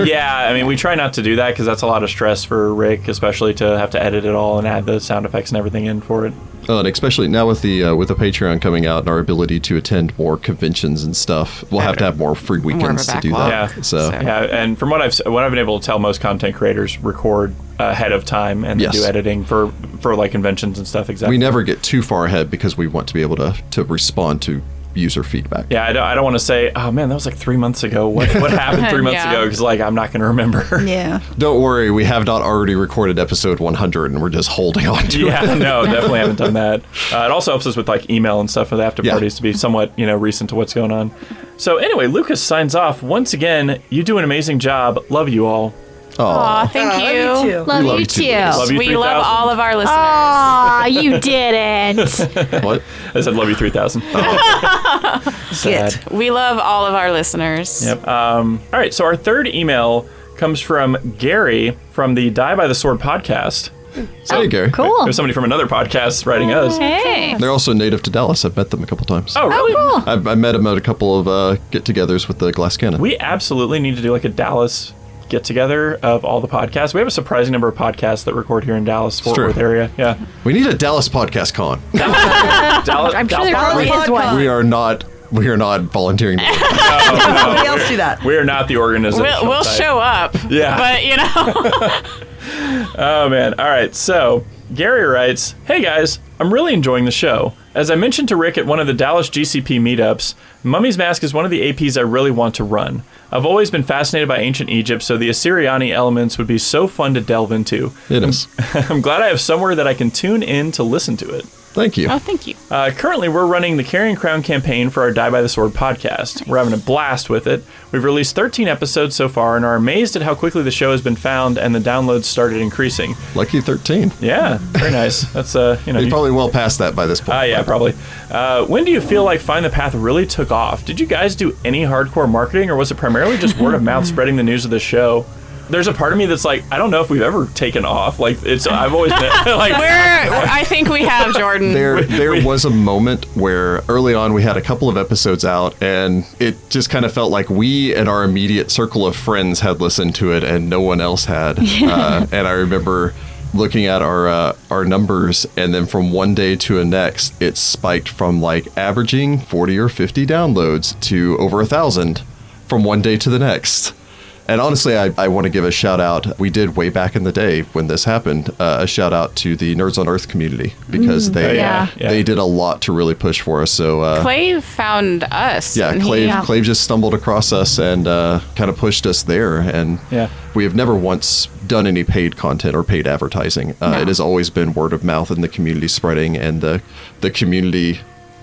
yeah. I mean, we try not to do that because that's a lot of stress for Rick, especially to have to edit it all and add the sound effects and everything in for it.
Oh, and especially now with the uh, with the Patreon coming out and our ability to attend more conventions and stuff, we'll have to have more free
of a
weekends to do that.
backlog.
Yeah.
So,
So-
Yeah, and from what I've what I've been able to tell, most content creators record ahead of time and they
Yes.
do editing for for like conventions and stuff. Exactly.
we never get too far ahead because we want to be able to to respond to user feedback.
Yeah, I don't, I don't want to say, oh man, that was like three months ago. What what happened three months ago? 'Cause
Yeah.
ago? Because like I'm not going to remember.
yeah.
Don't worry, we have not already recorded episode 100, and we're just holding on to it.
yeah, no, definitely haven't done that. Uh, it also helps us with like email and stuff for the after
Yeah.
parties to be somewhat you know recent to what's going on. So anyway, Lucas signs off once again. You do an amazing job. Love you all.
Aw, thank
Aw,
you.
love you too.
Love
We love
you
you too.
too.
Love you
We
3000.
love all of our listeners.
Aw, you didn't.
What?
I said love you three thousand.
Get.
We love all of our listeners.
Yep. Um, all right. So our third email comes from Gary from the Die by the Sword podcast. Oh,
So, there you go.
Cool.
There's somebody from another podcast writing us.
Hey.
They're also native to Dallas. I've met them a couple times.
Oh, really?
Cool.
I've, I met them at a couple of uh, get togethers with the Glass Cannon.
We absolutely need to do like a Dallas get together of all the podcasts. We have a surprising number of podcasts that record here in Dallas, Fort
true.
Worth area. Yeah.
we need a Dallas podcast con.
Dallas.
I'm sure there
Dallas-
probably is one.
we are not. We are not volunteering. to-
Somebody else do that.
We're not the organization.
We'll, we'll show up.
Yeah.
But, you know,
Oh man. All right. So Gary writes, "Hey guys, I'm really enjoying the show. As I mentioned to Rick at one of the Dallas GCP meetups, Mummy's Mask is one of the APs I really want to run. I've always been fascinated by ancient Egypt, so the Assyriani elements would be so fun to delve into.
it is.
I'm glad I have somewhere that I can tune in to listen to it."
Thank you.
oh, thank you.
Uh, currently, we're running the Carrying Crown campaign for our Die by the Sword podcast. We're having a blast with it. We've released 13 episodes so far and are amazed at how quickly the show has been found and the downloads started increasing.
Lucky 13.
Yeah, very nice. That's uh, you know,
They
you-
probably well past that by this point.
Ah, yeah, probably. Uh, when do you feel like Find the Path really took off? Did you guys do any hardcore marketing, or was it primarily just word of mouth spreading the news of the show? There's a part of me that's like, I don't know if we've ever taken off. Like, it's I've always been like,
We're, I think we have, Jordan.
There, there was a moment where early on we had a couple of episodes out, and it just kind of felt like we and our immediate circle of friends had listened to it, and no one else had. Uh, and I remember looking at our uh, our numbers, and then from one day to the next, it spiked from like averaging forty or fifty downloads to over a thousand from one day to the next. And honestly, I, I want to give a shout out. We did way back in the day when this happened, uh, a shout out to the Nerds on Earth community because they
Oh,
yeah.
Yeah.
they did a lot to really push for us. So uh,
Clay found us.
yeah,
and
Clave
he-
Yeah.
Clave just stumbled across us and uh, kind of pushed us there. And
Yeah.
we have never once done any paid content or paid advertising. Uh, It has always been word of mouth and the community spreading, and the the community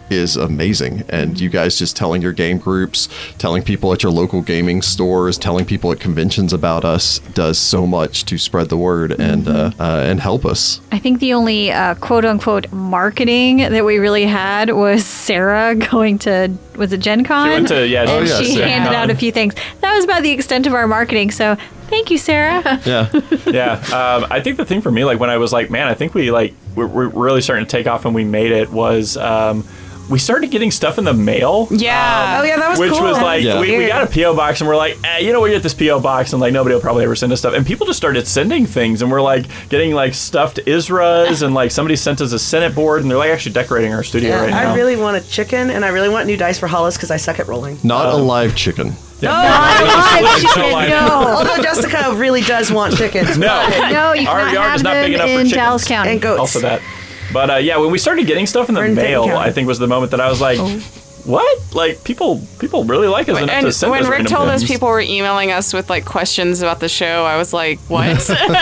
is amazing. And you guys just telling your game groups, telling people at your local gaming stores, telling people at conventions about us does so much to spread the word and uh, uh, and help us.
I think the only uh, quote unquote marketing that we really had was Sarah going to, was it Gen Con?
She went to- yeah, she
and
went to
she
Gen
handed
Con.
out a few things. That was about the extent of our marketing. So thank you, Sarah.
Yeah,
yeah. Um, I think the thing for me, like when I was like, man, I think we like we're, we're really starting to take off, and we made it was. Um, we started getting stuff in the mail. Um,
Yeah.
Oh yeah, that was
which
cool.
was like
Yeah.
we, we
weird.
got a PO box and we're like, eh, you know, we get this PO box and like nobody will probably ever send us stuff. And people just started sending things and we're like getting like stuffed Isras and like somebody sent us a Senate board and they're like actually decorating our studio right now.
I really want a chicken, and I really want new dice for Hollis because I suck at rolling.
not a live chicken.
Yeah.
Oh,
Absolutely.
God, she didn't know.
Although Justin Jessica really does want chickens.
No.
No, you
Our
cannot
yard
have
is not big
them
enough for
in
chickens.
Dallas County.
And goats.
also that. But uh, yeah, when we started getting stuff in the
We're in
mail,
Dayton County.
I think was the moment that I was like, "What? Like people, people really like us enough to
And
send
when
us
Rick
random
told us
things.
people were emailing us with like questions about the show, I was like, "What?"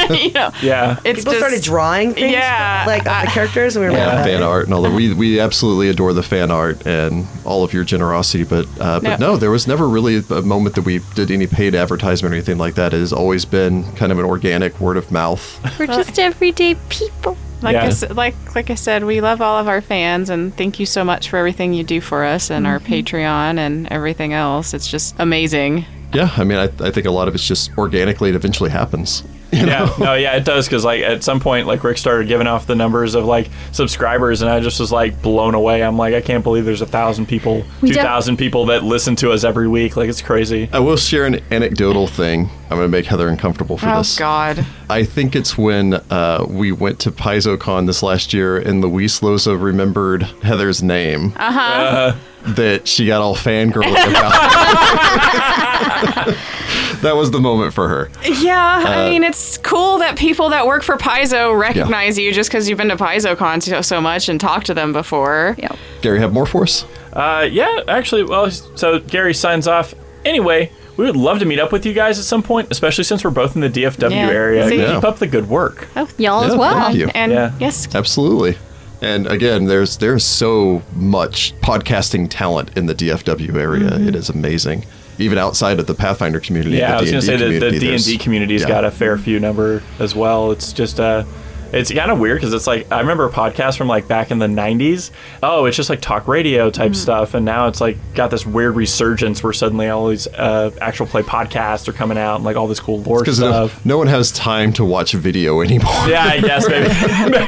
you know,
yeah,
it's
People
just,
started drawing things,
Yeah,
like on the
I-
characters, and we were
yeah,
like,
fan art and all that. We we absolutely adore the fan art and all of your generosity, but uh, but
No.
no. there was never really a moment that we did any paid advertisement or anything like that. It has always been kind of an organic word of mouth.
We're just everyday people.
like
Yeah.
I s like like I said, we love all of our fans, and thank you so much for everything you do for us and our Patreon and everything else. It's just amazing.
yeah, I mean, I, I think a lot of it's just organically. It eventually happens.
yeah, no, yeah, it does because like at some point, like Rick started giving off the numbers of like subscribers, and I just was like blown away. I'm like, I can't believe there's a thousand people,
We
two
def-
thousand people that listen to us every week. Like it's crazy.
I will share an anecdotal thing. I'm going to make Heather uncomfortable for
Oh
this.
God,
I think it's when uh, we went to PaizoCon this last year and Luis Loza remembered Heather's name. Uh-huh. That she got all fangirl about. that was the moment for her.
yeah.
Uh,
I mean, it's cool that people that work for Paizo recognize you just because you've been to PaizoCon so, so much and talked to them before.
Yeah.
Gary, have more for us?
Uh, yeah, actually, well, so Gary signs off. Anyway, we would love to meet up with you guys at some point, especially since we're both in the DFW
Yeah.
area.
See?
Keep up the good work.
Oh, Y'all as
Yeah,
well.
thank you.
And
Yeah.
yes,
Absolutely. And again, there's there's so much podcasting talent in the DFW area. It is amazing. Even outside of the Pathfinder community,
Yeah, I
the
was going to say that the D and
there's-
D community's
yeah.
got a fair few number as well. It's just uh, it's kind of weird because it's like I remember a podcast from like back in the '90s. Oh, it's just like talk radio type stuff, and now it's like got this weird resurgence where suddenly all these uh, actual play podcasts are coming out and like all this cool lore
because no,
stuff.
no one has time to watch video anymore.
Yeah, I guess maybe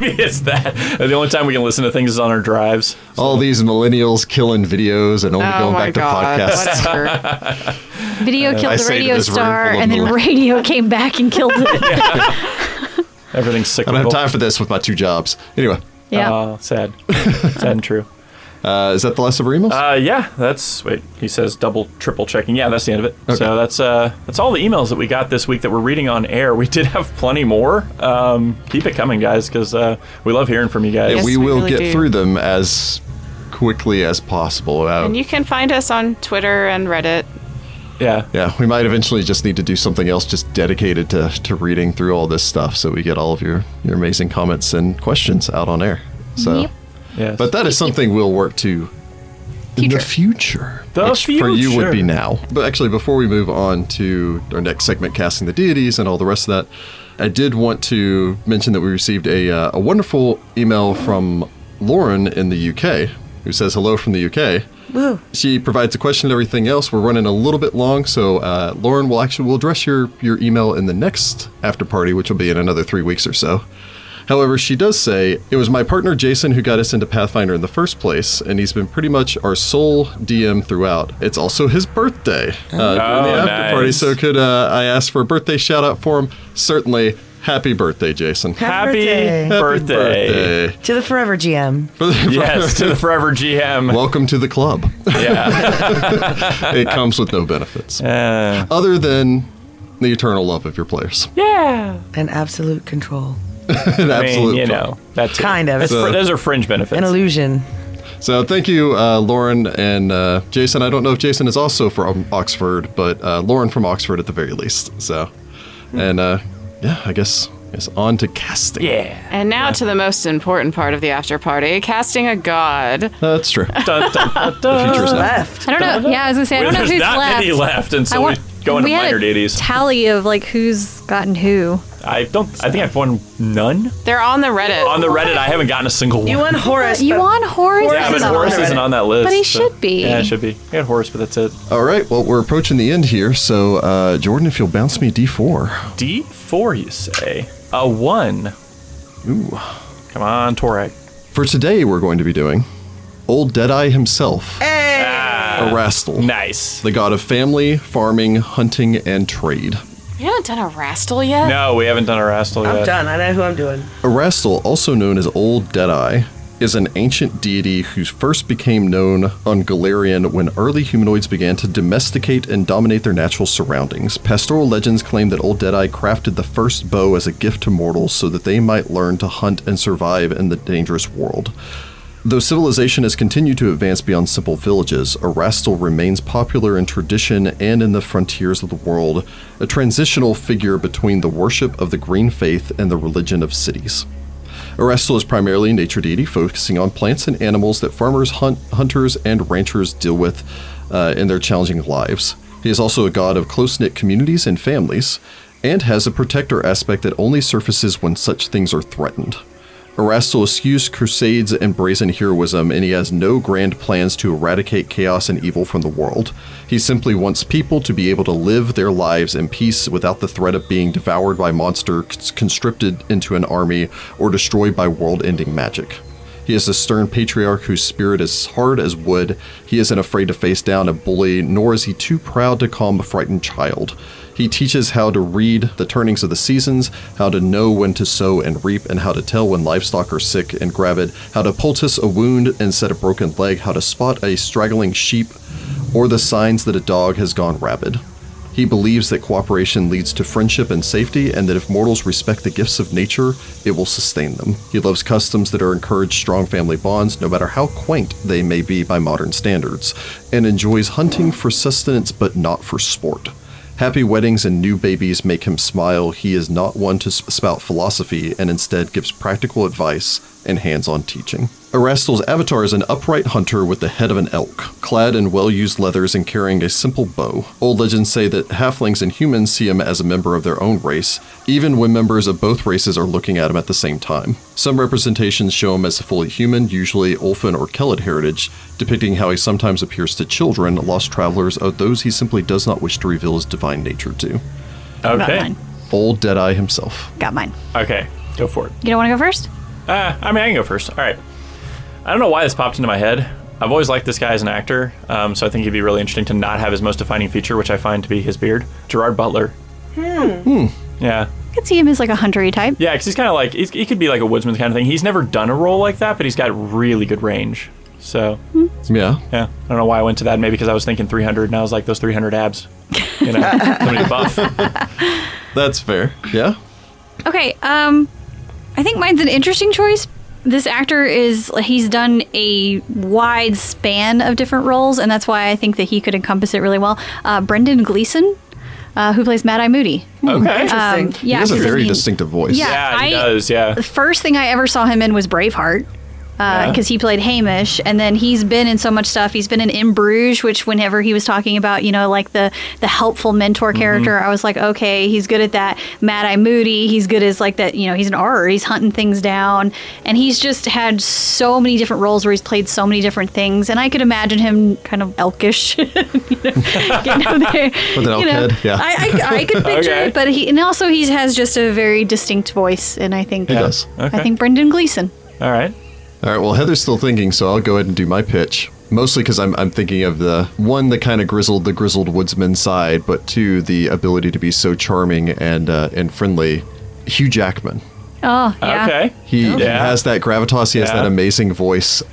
maybe it's that. The only time we can listen to things is on our drives.
All these millennials killing videos and only
oh
going
my
back
God,
to podcasts.
whatever.
Video
Uh,
I
killed the
say to
radio
this room
star,
full of
and then
little-
radio came back and killed it.
Everything's
I
cyclical.
don't have time for this with my two jobs. Anyway,
Yeah.
Oh, sad, sad and true.
uh, is that the last of our emails?
Uh, yeah, that's wait. He says double, triple checking. Yeah, that's the end of it. So that's uh, that's all the emails that we got this week that we're reading on air. We did have plenty more. Um, keep it coming, guys, because uh, we love hearing from you guys.
And
Yes,
we
we
will
really
get
do.
through them as quickly as possible. Uh,
and you can find us on Twitter and Reddit.
yeah,
yeah, we might eventually just need to do something else just dedicated to, to reading through all this stuff so we get all of your, your amazing comments and questions out on air. So,
Yep.
yes.
But that is something we'll work to in the future.
The
which for you would be
future.
now. But actually, before we move on to our next segment, casting the deities and all the rest of that, I did want to mention that we received a, uh, a wonderful email from Lauren in the UK, who says hello from the UK. Woo. She provides a question and everything else. We're running a little bit long, so uh, Lauren will actually we'll address your your email in the next after party, which will be in another three weeks or so. However, she does say, It was my partner Jason who got us into Pathfinder in the first place, and he's been pretty much our sole DM throughout. It's also his birthday. Uh, during the
Oh,
after party,
nice.
so could uh, I ask for a birthday shout out for him? Certainly. Happy birthday, Jason.
happy
Birthday.
birthday.
Happy
Birthday.
to the forever GM.
yes, to the forever GM.
Welcome to the club.
yeah.
it comes with no benefits.
Uh,
Other than the eternal love of your players.
yeah.
And absolute control.
An
I mean,
absolute
you
club.
know, that's
Kind of.
That's
So-
fr- those are fringe benefits.
An illusion.
So thank you, uh, Lauren and uh, Jason. I don't know if Jason is also from Oxford, but uh, Lauren from Oxford at the very least. So,
Hmm.
and uh, yeah, I guess it's on to casting.
yeah.
And now to the most important part of the after party casting a god.
that's true. The
Dun, dun, dun, dun.
future's now.
Left.
I don't know. Yeah, I was gonna say I don't know
There's
who's
not
left.
many left, and
I
so
wa-
we go into
we had
minor
a
deities.
Tally of like who's gotten who.
I don't. I think I've won none
They're on the Reddit.
on the Reddit. I haven't gotten a single one.
You want Horus.
You
but-
on Horace?
Horace
Yeah, but
He's not
Horace
on the
isn't
Reddit.
on that list.
But he should be.
Yeah, it should be. I got Horace, but that's it.
All right. Well, we're approaching the end here. So, uh, Jordan, if you'll bounce me a D4.
D4, you say? A one. Ooh. Come on, Torek.
For today, we're going to be doing Old Deadeye himself,
Ah.
Hey!
Erastel,
Nice.
the god of family, farming, hunting, and trade.
We haven't done a Rastal yet.
No, we haven't done a Rastal
I'm
yet.
done. I know who I'm doing.
Erastel, also known as Old Deadeye, is an ancient deity who first became known on Galarian when early humanoids began to domesticate and dominate their natural surroundings. Pastoral legends claim that Old Deadeye crafted the first bow as a gift to mortals so that they might learn to hunt and survive in the dangerous world. Though civilization has continued to advance beyond simple villages, Erastil remains popular in tradition and in the frontiers of the world, a transitional figure between the worship of the green faith and the religion of cities. Erastil is primarily a nature deity, focusing on plants and animals that farmers, hunt, hunters, and ranchers deal with uh, in their challenging lives. He is also a god of close knit communities and families, and has a protector aspect that only surfaces when such things are threatened. Erastil eschews crusades and brazen heroism, and he has no grand plans to eradicate chaos and evil from the world. He simply wants people to be able to live their lives in peace without the threat of being devoured by monsters, constricted into an army, or destroyed by world ending magic. He is a stern patriarch whose spirit is hard as wood. He isn't afraid to face down a bully, nor is he too proud to calm a frightened child. He teaches how to read the turnings of the seasons, how to know when to sow and reap, and how to tell when livestock are sick and gravid, how to poultice a wound and set a broken leg, how to spot a straggling sheep, or the signs that a dog has gone rabid. He believes that cooperation leads to friendship and safety, and that if mortals respect the gifts of nature, it will sustain them. He loves customs that are encourage strong family bonds, no matter how quaint they may be by modern standards, and enjoys hunting for sustenance but not for sport. Happy weddings and new babies make him smile. He is not one to sp- spout philosophy and instead gives practical advice and hands on teaching. Erastil's avatar is an upright hunter with the head of an elk, clad in well used leathers and carrying a simple bow. Old legends say that halflings and humans see him as a member of their own race, even when members of both races are looking at him at the same time. Some representations show him as fully human, usually Ulfin or Kelid heritage, depicting how he sometimes appears to children, lost travelers, or those he simply does not wish to reveal his divine nature to.
Got
Okay.
mine.
Old Deadeye himself.
Got mine.
Okay. Go for it.
You don't want to go first?
Uh, I mean, I can go first. All right. I don't know why this popped into my head. I've always liked this guy as an actor, um, so I think he'd be really interesting to not have his most defining feature, which I find to be his beard. Gerard Butler. Hmm. Yeah.
I could see him as like a huntery type.
Yeah, because he's kind of like, he's, he could be like a woodsman kind of thing. He's never done a role like that, but he's got really good range. So,
Yeah.
yeah. I don't know why I went to that. Maybe because I was thinking 300, and I was like, those 300 abs. You know, somebody buff.
That's fair. Yeah.
Okay, um, I think mine's an interesting choice. This actor is he's done a wide span of different roles, and that's why I think that he could encompass it really well. Uh, Brendan Gleeson, uh, who plays Mad Eye Moody.
Okay.
Um,
Interesting.
yeah,
Uh, he has a
because
very
he-
distinctive voice.
Yeah.
yeah, he
I-
does. Yeah.
The first thing I ever saw him in was Braveheart. Because he played Hamish, and then he's been in so much stuff. He's been in In Bruges, which whenever he was talking about, you know, like the the helpful mentor
Mm-hmm.
character, I was like, okay, he's good at that. Mad Eye Moody, he's good as like that. You know, he's an R. He's hunting things down, and he's just had so many different roles where he's played so many different things. And I could imagine him kind of elkish, you know, getting up there,
With an
you
elk
know.
head, yeah.
I, I, I could picture
Okay.
it, but he and also he has just a very distinct voice, and I think
He does.
Okay.
I think Brendan Gleeson.
All right.
All right. Well, Heather's still thinking, so I'll go ahead and do my pitch. Mostly because I'm, I'm thinking of the one, the kind of grizzled, the grizzled woodsman side, but two, the ability to be so charming and uh, and friendly. Hugh Jackman.
Oh, yeah.
Okay.
He
Yeah.
has that gravitas. He has
Yeah.
that amazing voice.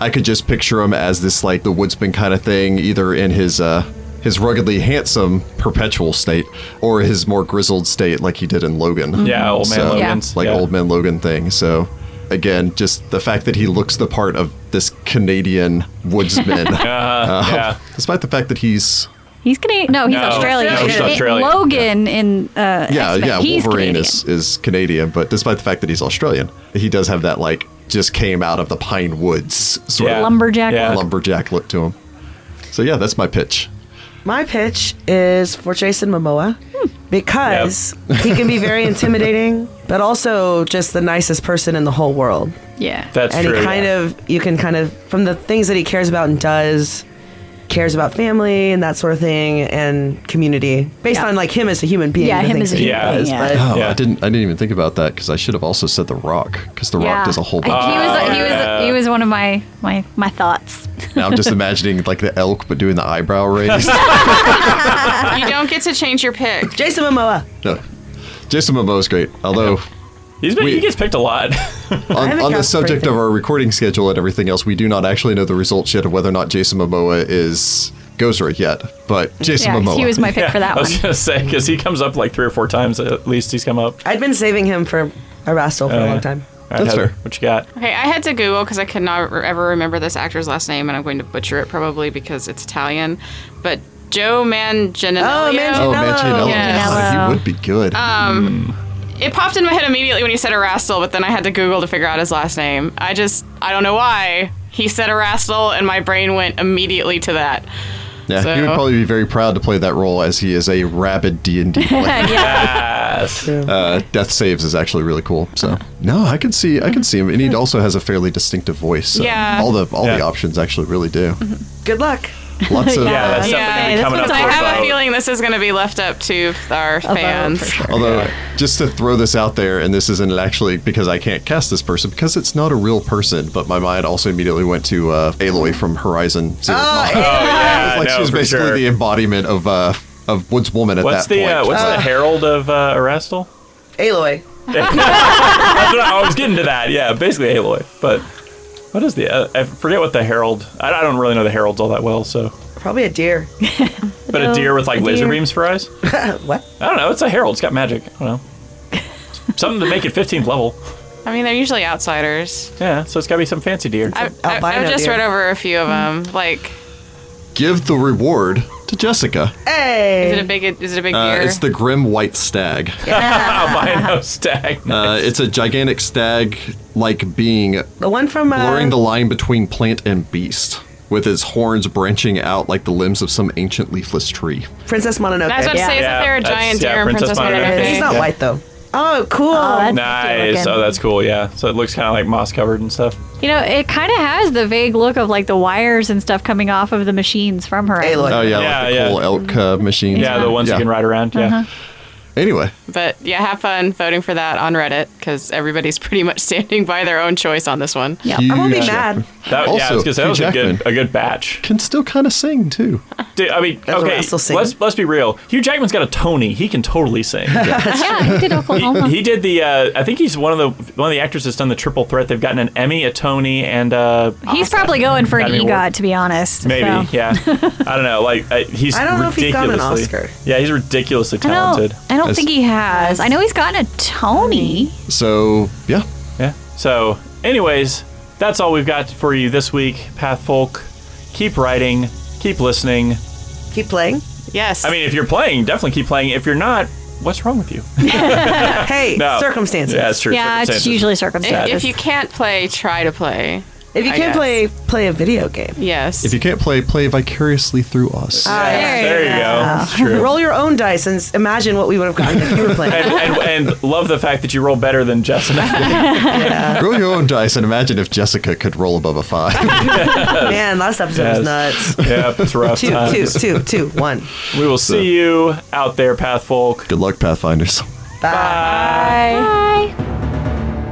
I could just picture him as this like the woodsman kind of thing, either in his uh, his ruggedly handsome perpetual state or his more grizzled state, like he did in Logan.
Yeah, old man
So,
Logan's.
like
yeah.
old man Logan thing. So again, just the fact that he looks the part of this Canadian woodsman, Oh.
Uh, yeah.
despite the fact that he's
He's Canadian. No, he's
No,
Australian.
no, he's
It-
Australian.
Logan in uh,
yeah
X-Men,
yeah
he's
Wolverine
Canadian.
is is Canadian, but despite the fact that he's Australian, he does have that like just came out of the pine woods sort
Yeah.
Lumberjack
Yeah.
of lumberjack look to him. So yeah, that's my pitch.
My pitch is for Jason Momoa
Hmm.
because he can be very intimidating, but also just the nicest person in the whole world.
Yeah.
That's
and
true.
he kind of, you can kind of, from the things that he cares about and does, cares about family and that sort of thing and community based
Yeah.
on like him as a human being.
Yeah,
the
him as
things
a
that he
human
does,
being,
yeah.
but-
Oh,
Yeah.
I didn't. I didn't even think about that because I should have also said The Rock because The
yeah.
Rock does a whole
I-
bunch.
he
of
was
Oh,
he was
yeah.
he was one of my my my thoughts.
now I'm just imagining like the elk, but doing the eyebrow raise.
You don't get to change your pick.
Jason Momoa.
No. Jason Momoa is great, although
He's been, he
We-
gets picked a lot.
on,
haven't
on the
got
subject of
breathing.
our recording schedule and everything else, we do not actually know the results yet of whether or not Jason Momoa is Gozra yet. But Jason
Yeah, 'cause
Momoa,
he was my pick for that
I was
one.
gonna say because he comes up like three or four times at least. He's come up.
I'd been saving him for a wrestle for a
Uh.
long time.
All right,
That's
Heather,
fair.
What you got?
Okay, I had to Google because I could not re- ever remember this actor's last name, and I'm going to butcher it probably because it's Italian. But Joe Manganiello.
Oh, Manganiello.
oh Mancinello,
Yes.
God, he would be good.
Uh, Oh.
It popped in my head immediately when he said Erastel, but then I had to Google to figure out his last name. I just, I don't know why. He said Erastel, and my brain went immediately to that.
yeah, he would
so-
probably be very proud to play that role as he is a rabid D and D player.
Yes.
Uh, Death saves is actually really cool. So
Uh-huh.
no, I can see I can see him, and he also has a fairly distinctive voice. So
Yeah.
all the all the
Yeah.
options actually really do.
Good luck.
Lots of
Yeah, that's definitely
Yeah,
coming up
So I
for
have
vote.
a feeling this is going to be left up to our fans.
Although, just to throw this out there, and this isn't actually because I can't cast this person because it's not a real person, but my mind also immediately went to uh, Aloy from Horizon Zero. Dawn.
Oh yeah,
like
no,
she was
for
basically
sure.
the embodiment of uh, of Woods Woman at
What's
that
the
point.
uh, what's the herald of uh, Erastel?
Aloy.
That's what I, I was getting to that. Yeah, basically Aloy. But what is the? Uh, I forget what the herald. I, I don't really know the heralds all that well. So,
Probably a deer.
but a deer with like
a
laser
deer.
beams for eyes.
what?
I don't know. It's a herald. It's got magic. I don't know. Something to make it 15th level.
I mean, they're usually outsiders.
Yeah, so it's got to be some fancy deer.
I, I, I've
Albino
just
deer. Hmm.
read over a few of them. Like,
Give the reward to Jessica.
is it a
Hey.
big? Is it a big
Uh,
deer?
it's the Grim White Stag.
Albino stag.
Uh, it's a gigantic stag-like being
The one from uh,
blurring the line between plant and beast, with its horns branching out like the limbs of some ancient leafless tree.
Princess Mononoke.
I was about to
Yeah.
Yeah,
say, isn't there a
that's-
giant
yeah,
deer in
Princess
Princess
Mononoke.
He's
Mononoke?
not
Yeah.
white though. Oh, cool.
Oh, that's
nice.
looking.
Oh, that's cool. Yeah. So it looks kind of like moss covered and stuff.
You know, it kind of has the vague look of like the wires and stuff coming off of the machines from her.
Aloy.
Oh yeah,
Yeah,
like the
yeah.
cool elk uh, machines.
Yeah, the ones
Yeah.
you can ride around. Yeah.
Uh-huh.
Anyway,
But yeah, have fun voting for that on Reddit because everybody's pretty much standing by their own choice on this one.
Yeah.
I won't be
huge-
mad.
That, yeah, I
Also,
was gonna say, that
Hugh
was a good,
Jackman.
a good batch.
Can still kind of sing too.
Dude, I mean,
That's what
okay,
I still sing.
let's let's be real. Hugh Jackman's got a Tony. He can totally sing.
yeah, he did
Uh-huh.
Oklahoma.
he did the. Uh, I think he's one of the one of the actors that's done the triple threat. They've gotten an Emmy, a Tony, and uh,
He's probably going for an
Academy
EGOT,
Award.
to be honest.
Maybe,
so.
yeah. I don't know. Like I, he's
I don't know if he's got
ridiculously.
an Oscar.
Yeah, he's ridiculously
I
talented.
don't, I don't
As-
think he has. I know he's gotten a Tony.
So yeah,
Yeah. So, anyways, that's all we've got for you this week, Path Folk. Keep writing, keep listening.
Keep playing.
Yes.
I mean, if you're playing, definitely keep playing. If you're not, what's wrong with you?
Hey,
No.
circumstances.
Yeah, it's true.
Yeah, it's
circumstances.
usually
if,
circumstances.
if you can't play, try to play.
If you
I
can't
guess.
play play a video game,
Yes.
if you can't play, play vicariously through us.
Uh.
Yeah,
There
there
you
you go. It's true.
roll your own dice and s- imagine what we would have gotten if you were playing.
And, and, and love the fact that you roll better than Jess and I.
Roll your own dice and imagine if Jessica could roll above a five.
Man, last episode was nuts.
yeah, it's rough
Two,
times.
two, two, two, one.
We will see you out there, Path Folk.
Good luck, Pathfinders.
Bye.
Bye.